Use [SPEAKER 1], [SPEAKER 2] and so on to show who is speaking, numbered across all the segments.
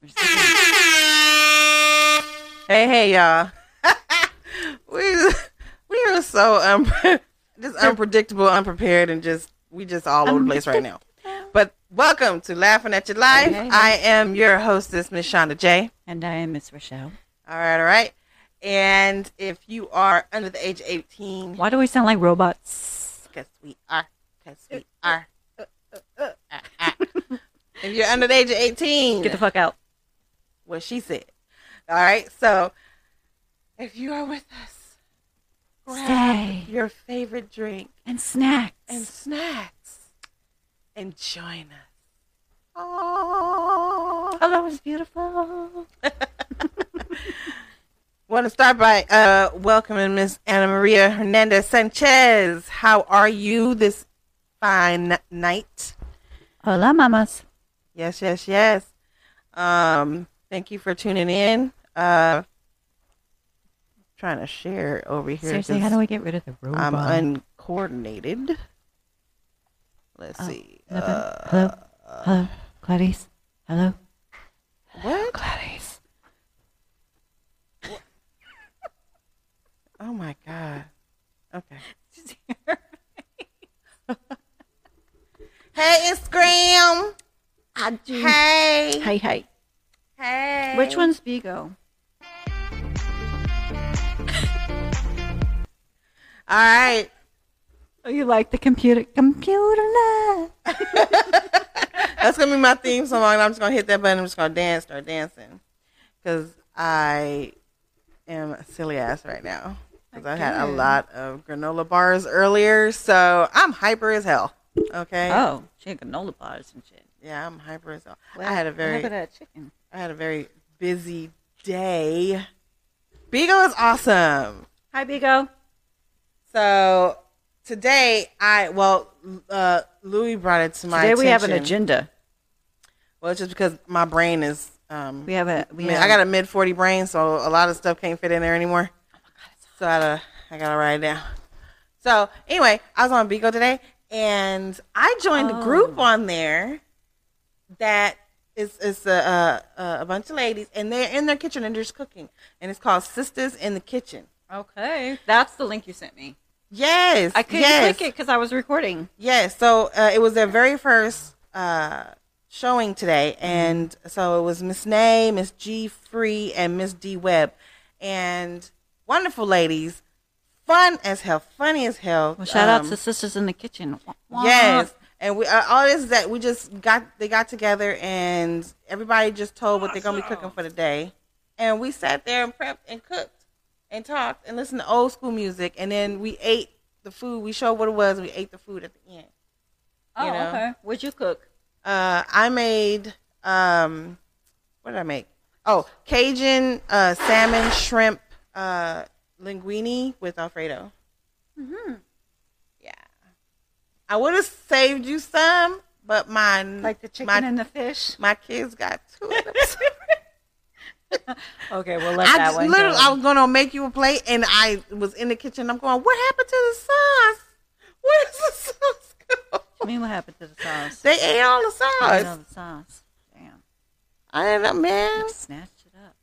[SPEAKER 1] There's different- Hey, hey, y'all. we we are so um just unpredictable, unprepared, and just we just all over the place right now. But welcome to Laughing at Your Life.
[SPEAKER 2] Hey, hey.
[SPEAKER 1] I am your hostess, Miss Shonda J.
[SPEAKER 2] And I am Miss Rochelle.
[SPEAKER 1] All right, all right. And if you are under the age of 18,
[SPEAKER 2] Why do we sound like robots?
[SPEAKER 1] because we are, because we are. Ah, ah. if you're under the age of 18,
[SPEAKER 2] Get the fuck out.
[SPEAKER 1] what she said. All right, so if you are with us, grab
[SPEAKER 2] Stay
[SPEAKER 1] your favorite drink
[SPEAKER 2] and snacks.
[SPEAKER 1] and snacks and join us. Oh.
[SPEAKER 2] oh, that was beautiful.
[SPEAKER 1] Want to start by uh, welcoming Miss Anna Maria Hernandez Sanchez. How are you this fine night?
[SPEAKER 2] Hola, mamas.
[SPEAKER 1] Yes, yes, yes. Um, thank you for tuning in. Uh, trying to share over here.
[SPEAKER 2] Seriously, how
[SPEAKER 1] 'cause
[SPEAKER 2] do we get rid of the robot?
[SPEAKER 1] I'm uncoordinated. Let's
[SPEAKER 2] Oh,
[SPEAKER 1] see.
[SPEAKER 2] nothing?
[SPEAKER 1] Uh,
[SPEAKER 2] Hello? Hello, Clarice. Hello,
[SPEAKER 1] what?
[SPEAKER 2] Clarice.
[SPEAKER 1] Oh my god. Okay. Hey, Instagram.
[SPEAKER 2] I do.
[SPEAKER 1] Hey.
[SPEAKER 2] Hey, hey.
[SPEAKER 1] Hey.
[SPEAKER 2] Which one's Vigo?
[SPEAKER 1] All right.
[SPEAKER 2] Oh, you like the computer? Computer love.
[SPEAKER 1] That's gonna be my theme song. and I'm just gonna hit that button. I'm just gonna dance, start dancing, because I am a silly ass right now. Because I had a
[SPEAKER 2] Okay.
[SPEAKER 1] lot of granola bars earlier, so I'm hyper as hell. Okay.
[SPEAKER 2] Oh, she had granola bars and shit.
[SPEAKER 1] Yeah, I'm hyper as hell. I had a very,
[SPEAKER 2] chicken.
[SPEAKER 1] I had a very busy day. Bigo is awesome.
[SPEAKER 2] Hi, Vigo.
[SPEAKER 1] So today, I well, uh, Louis brought it to my
[SPEAKER 2] Today we have an
[SPEAKER 1] attention.
[SPEAKER 2] agenda.
[SPEAKER 1] Well, it's just because my brain is um,
[SPEAKER 2] We have a. We
[SPEAKER 1] Man,
[SPEAKER 2] have,
[SPEAKER 1] I got a mid forty brain, so a lot of stuff can't fit in there anymore.
[SPEAKER 2] Oh
[SPEAKER 1] so I gotta, I gotta write it down. So anyway, I was on Bigo today, and I joined
[SPEAKER 2] Oh.
[SPEAKER 1] a group on there that is is a, a a bunch of ladies, and they're in their kitchen and they're just cooking, and it's called Sisters in the Kitchen.
[SPEAKER 2] Okay, that's the link you sent me.
[SPEAKER 1] Yes,
[SPEAKER 2] I couldn't
[SPEAKER 1] yes.
[SPEAKER 2] click it because I was recording.
[SPEAKER 1] Yes, so uh, it was their very first uh, showing today, and so it was Miss Nay, Miss G Free, and Miss D Webb, and wonderful ladies, fun as hell, funny as hell.
[SPEAKER 2] Well, shout out
[SPEAKER 1] Um,
[SPEAKER 2] to Sisters in the Kitchen. Wah, wah.
[SPEAKER 1] yes, and we uh, all this that we just got they got together, and everybody just told what they're gonna be cooking for the day, and we sat there and prepped and cooked and talked and listened to old school music, and then we ate the food. We showed what it was, and we ate the food at the end.
[SPEAKER 2] Oh,
[SPEAKER 1] you know.
[SPEAKER 2] okay. Would you cook?
[SPEAKER 1] uh, I made um, what did I make? Oh, Cajun uh, salmon shrimp uh, linguine with Alfredo. Mm-hmm. Yeah, I would have saved you some, but my
[SPEAKER 2] Like the chicken
[SPEAKER 1] my,
[SPEAKER 2] and the fish?
[SPEAKER 1] my kids got two. of them.
[SPEAKER 2] Okay, we'll let
[SPEAKER 1] I
[SPEAKER 2] that
[SPEAKER 1] just
[SPEAKER 2] one
[SPEAKER 1] literally,
[SPEAKER 2] go.
[SPEAKER 1] I was gonna make you a plate, and I was in the kitchen. I'm going, what happened to the sauce? Where does the sauce go?
[SPEAKER 2] I mean, what happened to the sauce?
[SPEAKER 1] They ate all the
[SPEAKER 2] I didn't
[SPEAKER 1] sauce.
[SPEAKER 2] know the sauce. Damn.
[SPEAKER 1] I ended up, man.
[SPEAKER 2] Snatched it up.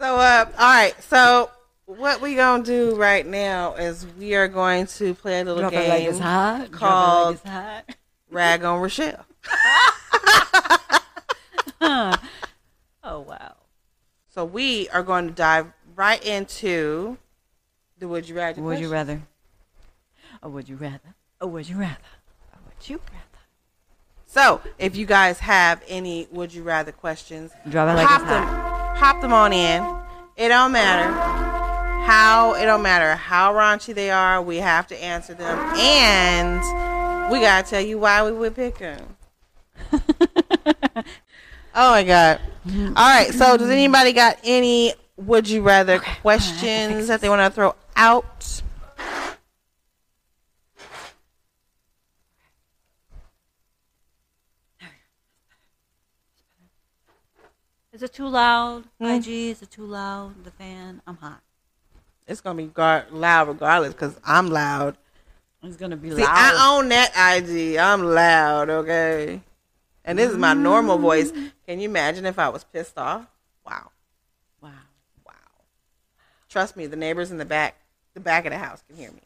[SPEAKER 1] So, uh, all right. So, what we gonna do right now is we are going to play a little
[SPEAKER 2] Drop it like
[SPEAKER 1] game
[SPEAKER 2] it's hot.
[SPEAKER 1] called-
[SPEAKER 2] Drop it like it's
[SPEAKER 1] rag on Rochelle.
[SPEAKER 2] hot. oh, wow.
[SPEAKER 1] So we are going to dive right into the would you rather.
[SPEAKER 2] Would you
[SPEAKER 1] question.
[SPEAKER 2] rather? Or would you rather? Or would you rather? Or would you rather?
[SPEAKER 1] So, if you guys have any would you rather questions,
[SPEAKER 2] Drop it like
[SPEAKER 1] pop
[SPEAKER 2] it's
[SPEAKER 1] them,
[SPEAKER 2] hot.
[SPEAKER 1] pop them on in. It don't matter how it don't matter how raunchy they are. We have to answer them, and we gotta tell you why we would pick them. oh my god!
[SPEAKER 2] Mm-hmm.
[SPEAKER 1] All right, so does anybody got any would you rather questions that they want to throw out?
[SPEAKER 2] Is it too loud?
[SPEAKER 1] Hmm?
[SPEAKER 2] IG, is it too loud? The fan? I'm hot.
[SPEAKER 1] It's gonna be gar- loud regardless because I'm loud.
[SPEAKER 2] It's gonna be
[SPEAKER 1] See,
[SPEAKER 2] loud.
[SPEAKER 1] I own that IG. I'm loud, okay? And this is my normal voice.
[SPEAKER 2] Mm-hmm.
[SPEAKER 1] Can you imagine if I was pissed off? Wow.
[SPEAKER 2] wow.
[SPEAKER 1] Wow. Trust me, the neighbors in the back, the back of the house can hear me.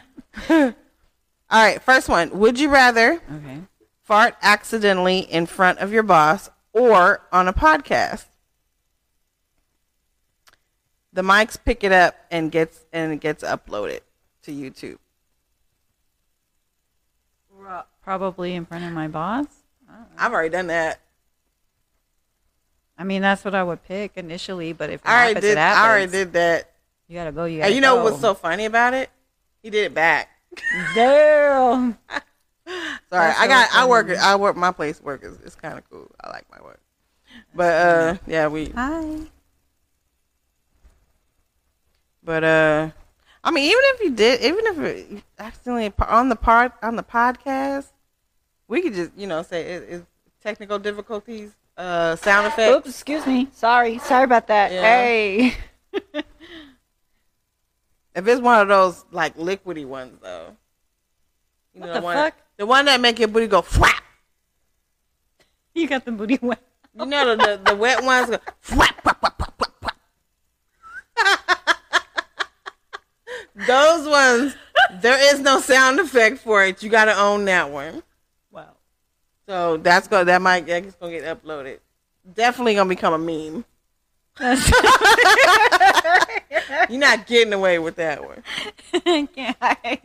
[SPEAKER 2] Damn.
[SPEAKER 1] All right, first one. Would you rather
[SPEAKER 2] Okay.
[SPEAKER 1] fart accidentally in front of your boss or on a podcast? The mics pick it up and gets and it gets uploaded to YouTube.
[SPEAKER 2] Probably in front of my boss.
[SPEAKER 1] I've already done that.
[SPEAKER 2] I mean, that's what I would pick initially. But if it
[SPEAKER 1] I already
[SPEAKER 2] happens, it
[SPEAKER 1] did. I already
[SPEAKER 2] happens.
[SPEAKER 1] did that.
[SPEAKER 2] You gotta go. You gotta
[SPEAKER 1] And you know
[SPEAKER 2] go.
[SPEAKER 1] what's so funny about it? He did it back.
[SPEAKER 2] Damn.
[SPEAKER 1] Sorry,
[SPEAKER 2] That's
[SPEAKER 1] I got.
[SPEAKER 2] really
[SPEAKER 1] I work.
[SPEAKER 2] funny.
[SPEAKER 1] I work. My place work is it's kind of cool. I like my work. But uh, yeah, we.
[SPEAKER 2] Hi.
[SPEAKER 1] But uh, I mean, even if you did, even if it accidentally po- on the part on the podcast, we could just you know say it, it's technical difficulties, uh, sound effects.
[SPEAKER 2] Oops. Excuse me. Sorry. Sorry about that.
[SPEAKER 1] Yeah.
[SPEAKER 2] Hey.
[SPEAKER 1] If it's one of those like liquidy ones though, you
[SPEAKER 2] What
[SPEAKER 1] the
[SPEAKER 2] the
[SPEAKER 1] one,
[SPEAKER 2] fuck?
[SPEAKER 1] the one that make your booty go flap.
[SPEAKER 2] You got the booty wet.
[SPEAKER 1] You know the the, the wet ones go flap, flap, flap, flap, flap, flap. Those ones, there is no sound effect for it. You got to own that one.
[SPEAKER 2] Wow.
[SPEAKER 1] So that's go that might that's gonna get uploaded. Definitely gonna become a meme. You're not getting away with that one.
[SPEAKER 2] can't hide.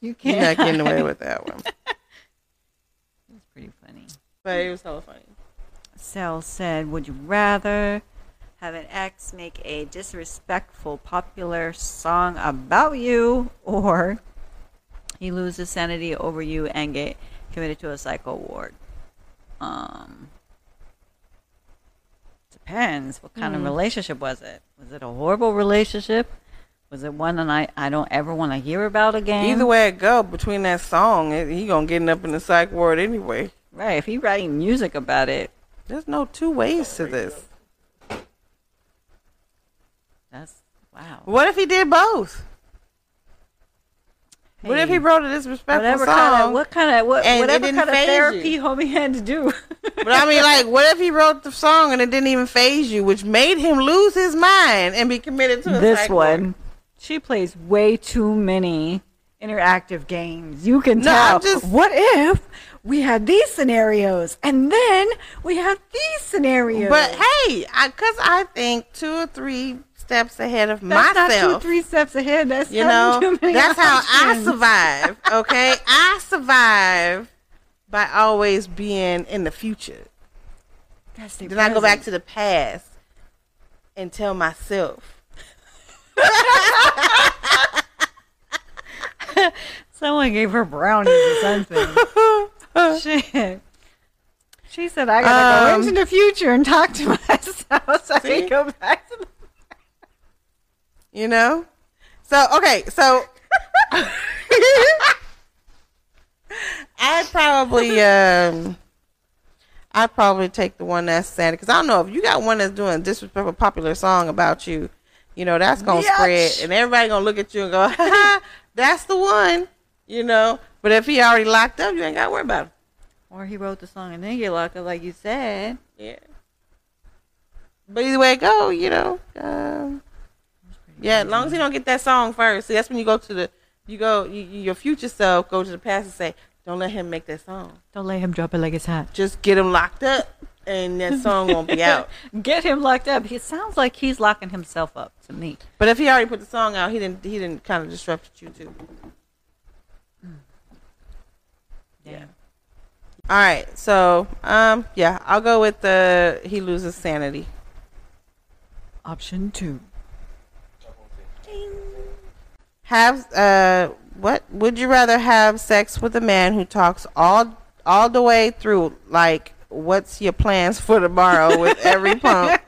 [SPEAKER 2] You can't.
[SPEAKER 1] You're not getting
[SPEAKER 2] hide.
[SPEAKER 1] away with that one.
[SPEAKER 2] That's pretty funny.
[SPEAKER 1] But it was so funny.
[SPEAKER 2] Sal said, "Would you rather have an ex make a disrespectful, popular song about you, or he loses sanity over you and get committed to a psycho ward?" Um, depends. What
[SPEAKER 1] Hmm.
[SPEAKER 2] kind of relationship was it? Was it a horrible relationship? Was it one that I, I don't ever want to hear about again?
[SPEAKER 1] Either way it go, between that song, it, he gonna get up in the psych ward anyway.
[SPEAKER 2] right. If he writing music about it,
[SPEAKER 1] There's no two ways to this.
[SPEAKER 2] that's wow.
[SPEAKER 1] What if he did both? What if
[SPEAKER 2] Hey.
[SPEAKER 1] he wrote a disrespectful
[SPEAKER 2] whatever
[SPEAKER 1] song?
[SPEAKER 2] kind of what kind of what
[SPEAKER 1] and it
[SPEAKER 2] whatever
[SPEAKER 1] didn't
[SPEAKER 2] kind of
[SPEAKER 1] faze
[SPEAKER 2] therapy
[SPEAKER 1] you.
[SPEAKER 2] homie had to do.
[SPEAKER 1] But I mean, like, what if he wrote the song and it didn't even phase you, which made him lose his mind and be committed to a
[SPEAKER 2] this
[SPEAKER 1] psych ward?
[SPEAKER 2] one, she plays way too many interactive games. You can
[SPEAKER 1] No,
[SPEAKER 2] tell.
[SPEAKER 1] I'm just-
[SPEAKER 2] what if we had these scenarios and then we had these scenarios?
[SPEAKER 1] But hey, I because I think two or three steps ahead of
[SPEAKER 2] that's
[SPEAKER 1] myself.
[SPEAKER 2] not two, three steps ahead. That's
[SPEAKER 1] you
[SPEAKER 2] having
[SPEAKER 1] know,
[SPEAKER 2] too many
[SPEAKER 1] that's how I
[SPEAKER 2] options.
[SPEAKER 1] survive. Okay, I survive by always being in the future.
[SPEAKER 2] Gotta stay
[SPEAKER 1] Then I go back
[SPEAKER 2] present.
[SPEAKER 1] to the past and tell myself.
[SPEAKER 2] Someone gave her brownies or something. Shit. She said, I gotta
[SPEAKER 1] Um,
[SPEAKER 2] go into the future and talk to myself so I
[SPEAKER 1] See?
[SPEAKER 2] can go back to the
[SPEAKER 1] You know, so okay, so I'd probably um. I'd probably take the one that's sad because I don't know if you got one that's doing disrespectful popular song about you, you know that's gonna
[SPEAKER 2] Biatch.
[SPEAKER 1] spread and everybody gonna look at you and go, ha, ha, "That's the one," you know. But if he already locked up, you ain't gotta worry about him.
[SPEAKER 2] Or he wrote the song and then get locked up, like you said.
[SPEAKER 1] Yeah. But either way it go, you know. Um, yeah, as long as you don't get that song first, see that's when you go to the you go you, you- your future self go to the past and say, "Don't let him make that song.
[SPEAKER 2] Don't let him drop it like it's hot.
[SPEAKER 1] Just get him locked up, and that song won't be out."
[SPEAKER 2] Get him locked up. He sounds like he's locking himself up to me.
[SPEAKER 1] But if he already put the song out, he didn't. He didn't kind of disrupt you too.
[SPEAKER 2] Yeah.
[SPEAKER 1] All right, so um, yeah, I'll go with the he loses sanity.
[SPEAKER 2] Option two.
[SPEAKER 1] Have uh, what would you rather have sex with a man who talks all all the way through like what's your plans for tomorrow with every pump,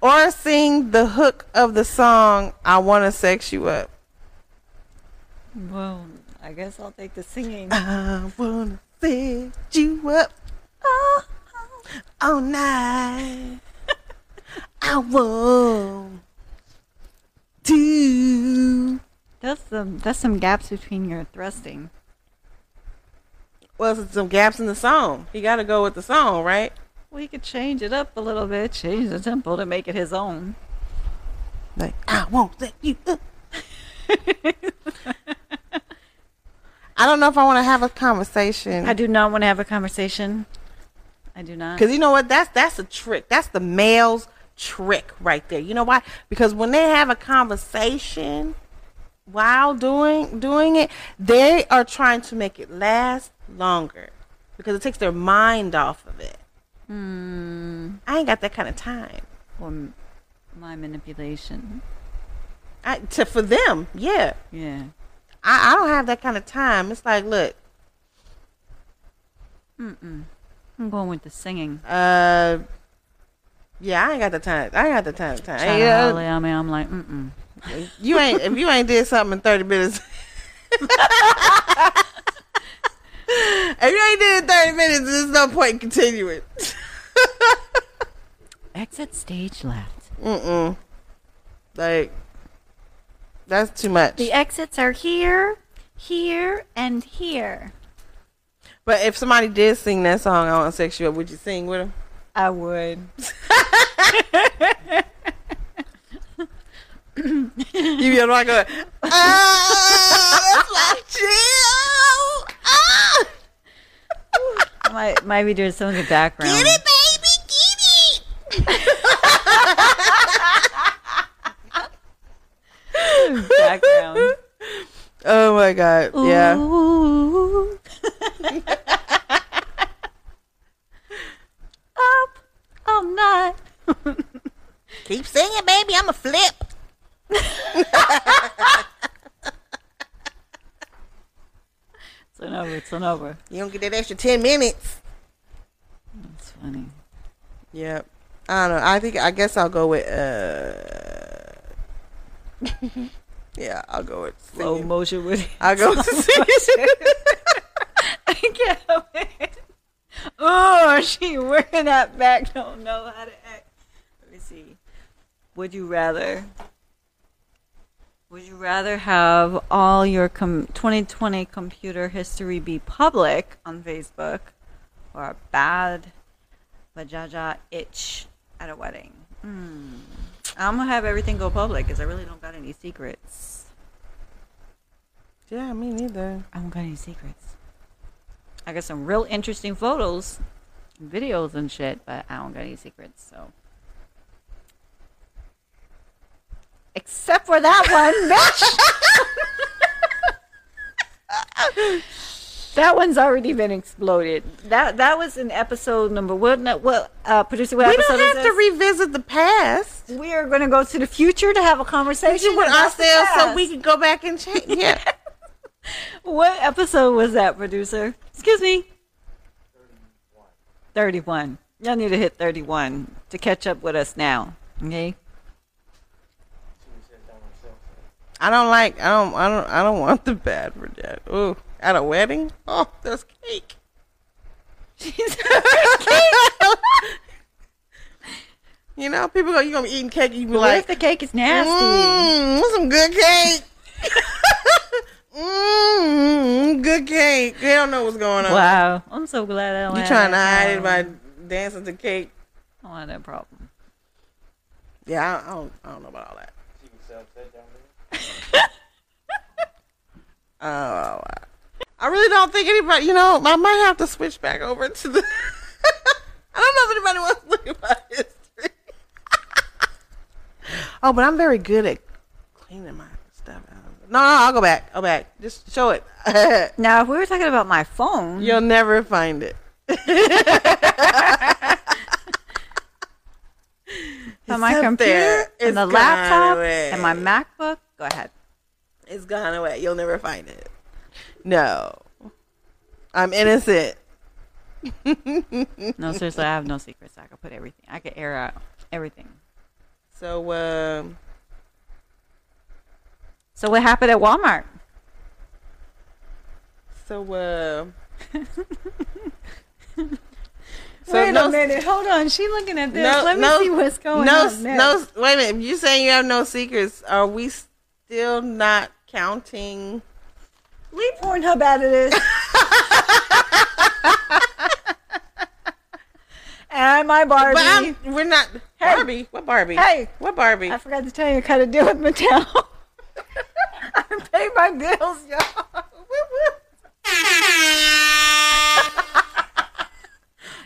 [SPEAKER 1] or sing the hook of the song I want to sex you up?
[SPEAKER 2] Well, I guess I'll take the singing.
[SPEAKER 1] I wanna sex you up all night. I want to
[SPEAKER 2] That's some that's some gaps between your thrusting.
[SPEAKER 1] Well, it's some gaps in the song. He got to go with the song, right?
[SPEAKER 2] Well, he could change it up a little bit, change the tempo to make it his own.
[SPEAKER 1] Like, I won't let you. up. I don't know if I want to have a
[SPEAKER 2] I
[SPEAKER 1] conversation
[SPEAKER 2] do not want to have a conversation. I do not.
[SPEAKER 1] because you know what? That's that's a trick. That's the male's trick right there. You know why? Because when they have a conversation while doing doing it, they are trying to make it last longer because it takes their mind off of it.
[SPEAKER 2] Hmm.
[SPEAKER 1] I ain't got that kind of time.
[SPEAKER 2] Or m- my manipulation.
[SPEAKER 1] I, to for them, yeah.
[SPEAKER 2] Yeah.
[SPEAKER 1] I, I don't have that kind of time. It's like, look,
[SPEAKER 2] I'm going with the singing.
[SPEAKER 1] uh, yeah, I ain't got the time. I uh, ain't got the time. time.
[SPEAKER 2] China
[SPEAKER 1] Yeah,
[SPEAKER 2] Hawley, I mean, I'm like, mm-mm.
[SPEAKER 1] you ain't if you ain't did something in thirty minutes. if you ain't did it in thirty minutes, there's no point in continuing.
[SPEAKER 2] Exit stage left.
[SPEAKER 1] Mm-mm. Like that's too much.
[SPEAKER 2] The exits are here, here, and here.
[SPEAKER 1] But if somebody did sing that song, I want to sex you up. Would you sing with them?
[SPEAKER 2] I would.
[SPEAKER 1] You be like, ah, that's my chill. Ah.
[SPEAKER 2] might might be doing some of the background.
[SPEAKER 1] baby, get it.
[SPEAKER 2] Background.
[SPEAKER 1] Oh my god. Yeah.
[SPEAKER 2] Ooh. Up all night.
[SPEAKER 1] Keep singing, baby. I'm a flip.
[SPEAKER 2] It's on over. It's on over.
[SPEAKER 1] You don't get that extra ten minutes.
[SPEAKER 2] That's funny.
[SPEAKER 1] Yep. I don't know. I think I guess I'll go with uh Yeah, I'll go with
[SPEAKER 2] Slow
[SPEAKER 1] singing.
[SPEAKER 2] motion with it.
[SPEAKER 1] I'll go with singing.
[SPEAKER 2] I can't help it. Oh, she working that back. Don't know how to act. Let me see. Would you rather? Would you rather have all your com- 2020 computer history be public on Facebook, or a bad vajaja itch at a wedding? Hmm. I'm gonna have everything go public because I really don't got any secrets.
[SPEAKER 1] yeah, me neither.
[SPEAKER 2] I don't got any secrets. I got some real interesting photos, videos and shit, but I don't got any secrets, so. Except for that one, bitch! that one's already been exploded. That that was in episode number what? No, what uh, producer? What
[SPEAKER 1] We
[SPEAKER 2] episode
[SPEAKER 1] don't
[SPEAKER 2] is
[SPEAKER 1] have to
[SPEAKER 2] this?
[SPEAKER 1] revisit the past.
[SPEAKER 2] we are going to go to the future to have a conversation
[SPEAKER 1] With
[SPEAKER 2] about the
[SPEAKER 1] ourselves so
[SPEAKER 2] past.
[SPEAKER 1] we can go back and change. Yeah.
[SPEAKER 2] What episode was that, producer? Excuse me. 31. Y'all need to hit 31 to catch up with us now. Okay?
[SPEAKER 1] I don't like I don't I don't I don't want the bad for that. Ooh. At a wedding? Oh, that's cake. You know, people go, you gonna be eating cake, you be
[SPEAKER 2] what
[SPEAKER 1] like
[SPEAKER 2] if the cake is nasty?
[SPEAKER 1] Mmm, some good cake. Mmm, good cake. They don't know what's going on.
[SPEAKER 2] Wow. I'm so glad I don't
[SPEAKER 1] You
[SPEAKER 2] have
[SPEAKER 1] trying to
[SPEAKER 2] that
[SPEAKER 1] hide it by
[SPEAKER 2] problem.
[SPEAKER 1] dancing to cake?
[SPEAKER 2] I don't have that problem.
[SPEAKER 1] Yeah, I, I don't. I don't know about all that. Oh, wow. I really don't think anybody. You know, I might have to switch back over to the. I don't know if anybody wants to look at my history. oh, but I'm very good at cleaning my stuff out. No, no, I'll go back. I'll back. Just show it.
[SPEAKER 2] Now, if we were talking about my phone,
[SPEAKER 1] You'll never find it.
[SPEAKER 2] and my
[SPEAKER 1] up
[SPEAKER 2] computer,
[SPEAKER 1] there. It's
[SPEAKER 2] and the
[SPEAKER 1] gone
[SPEAKER 2] laptop,
[SPEAKER 1] away.
[SPEAKER 2] and my MacBook, go ahead.
[SPEAKER 1] It's gone away. You'll never find it. No. I'm innocent.
[SPEAKER 2] No, seriously, I have no secrets. I could put everything. I could air out everything.
[SPEAKER 1] So, um,
[SPEAKER 2] So, what happened at Walmart?
[SPEAKER 1] so, um, so
[SPEAKER 2] Wait
[SPEAKER 1] no-
[SPEAKER 2] a minute. Hold on. She looking at this.
[SPEAKER 1] no-
[SPEAKER 2] Let me
[SPEAKER 1] no-
[SPEAKER 2] see what's going
[SPEAKER 1] no,
[SPEAKER 2] on. next.
[SPEAKER 1] No, wait a minute. If you saying you have no secrets, are we still not counting.
[SPEAKER 2] Leave Pornhub out of this. and my Barbie.
[SPEAKER 1] But I'm, we're not Barbie. What Barbie?
[SPEAKER 2] Hey.
[SPEAKER 1] what Barbie?
[SPEAKER 2] I forgot to tell you I cut a deal with Mattel. I pay my bills, y'all.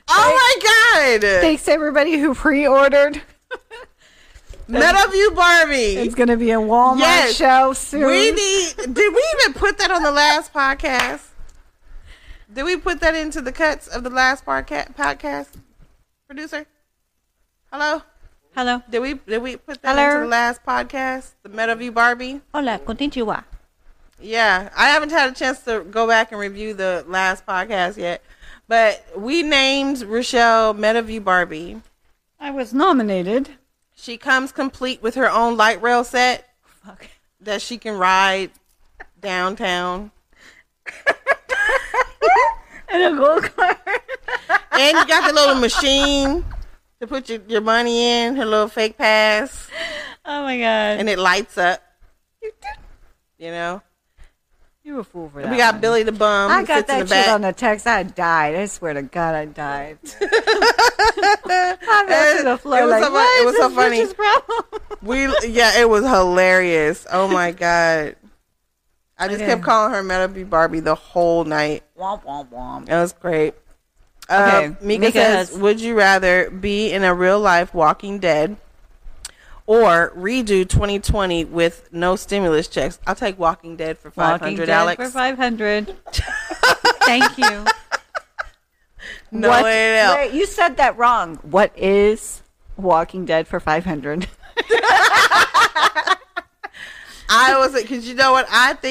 [SPEAKER 1] oh my God!
[SPEAKER 2] Thanks to everybody who pre-ordeted.
[SPEAKER 1] Meadowview Barbie.
[SPEAKER 2] It's gonna be a Walmart
[SPEAKER 1] Yes.
[SPEAKER 2] show soon.
[SPEAKER 1] We need. Did we even put that on the last podcast? Did we put that into the cuts of the last podca- podcast? Producer, hello.
[SPEAKER 2] Hello.
[SPEAKER 1] Did we did we put that
[SPEAKER 2] Hello?
[SPEAKER 1] into the last podcast? The Meadowview Barbie.
[SPEAKER 2] Hola, konnichiwa.
[SPEAKER 1] Yeah, I haven't had a chance to go back and review the last podcast yet, but we named Rochelle Meadowview Barbie.
[SPEAKER 2] I was nominated.
[SPEAKER 1] She comes complete with her own light rail set
[SPEAKER 2] Fuck.
[SPEAKER 1] that she can ride downtown.
[SPEAKER 2] And a gold card.
[SPEAKER 1] And you got the little machine to put your, your money in, her little fake pass,
[SPEAKER 2] Oh my god.
[SPEAKER 1] and it lights up,
[SPEAKER 2] you,
[SPEAKER 1] you know?
[SPEAKER 2] were a fool for that.
[SPEAKER 1] We got
[SPEAKER 2] one.
[SPEAKER 1] Billy the Bum.
[SPEAKER 2] I
[SPEAKER 1] who
[SPEAKER 2] got
[SPEAKER 1] sits in
[SPEAKER 2] that
[SPEAKER 1] the
[SPEAKER 2] shit
[SPEAKER 1] back.
[SPEAKER 2] on the text. I died. I swear to God, I died. I fell to
[SPEAKER 1] It-
[SPEAKER 2] the floor
[SPEAKER 1] it was
[SPEAKER 2] like,
[SPEAKER 1] so fu-
[SPEAKER 2] what
[SPEAKER 1] it
[SPEAKER 2] is
[SPEAKER 1] was so
[SPEAKER 2] this
[SPEAKER 1] funny.
[SPEAKER 2] bitch's problem?
[SPEAKER 1] We yeah, it was hilarious. Oh my god. I just kept
[SPEAKER 2] Okay.
[SPEAKER 1] calling her Metal B Barbie the whole night.
[SPEAKER 2] womp womp womp.
[SPEAKER 1] It was great.
[SPEAKER 2] Okay,
[SPEAKER 1] Um, Mika,
[SPEAKER 2] Mika
[SPEAKER 1] says,
[SPEAKER 2] has-
[SPEAKER 1] "Would you rather be in a real life Walking Dead or redo 2020 with no stimulus checks?" I'll take Walking Dead for
[SPEAKER 2] Walking
[SPEAKER 1] 500,
[SPEAKER 2] Dead
[SPEAKER 1] Alex.
[SPEAKER 2] for five hundred. Thank you.
[SPEAKER 1] no
[SPEAKER 2] What-
[SPEAKER 1] way in hell.
[SPEAKER 2] Wait, you said that wrong. What is Walking Dead for five hundred?
[SPEAKER 1] I was because you know what I think.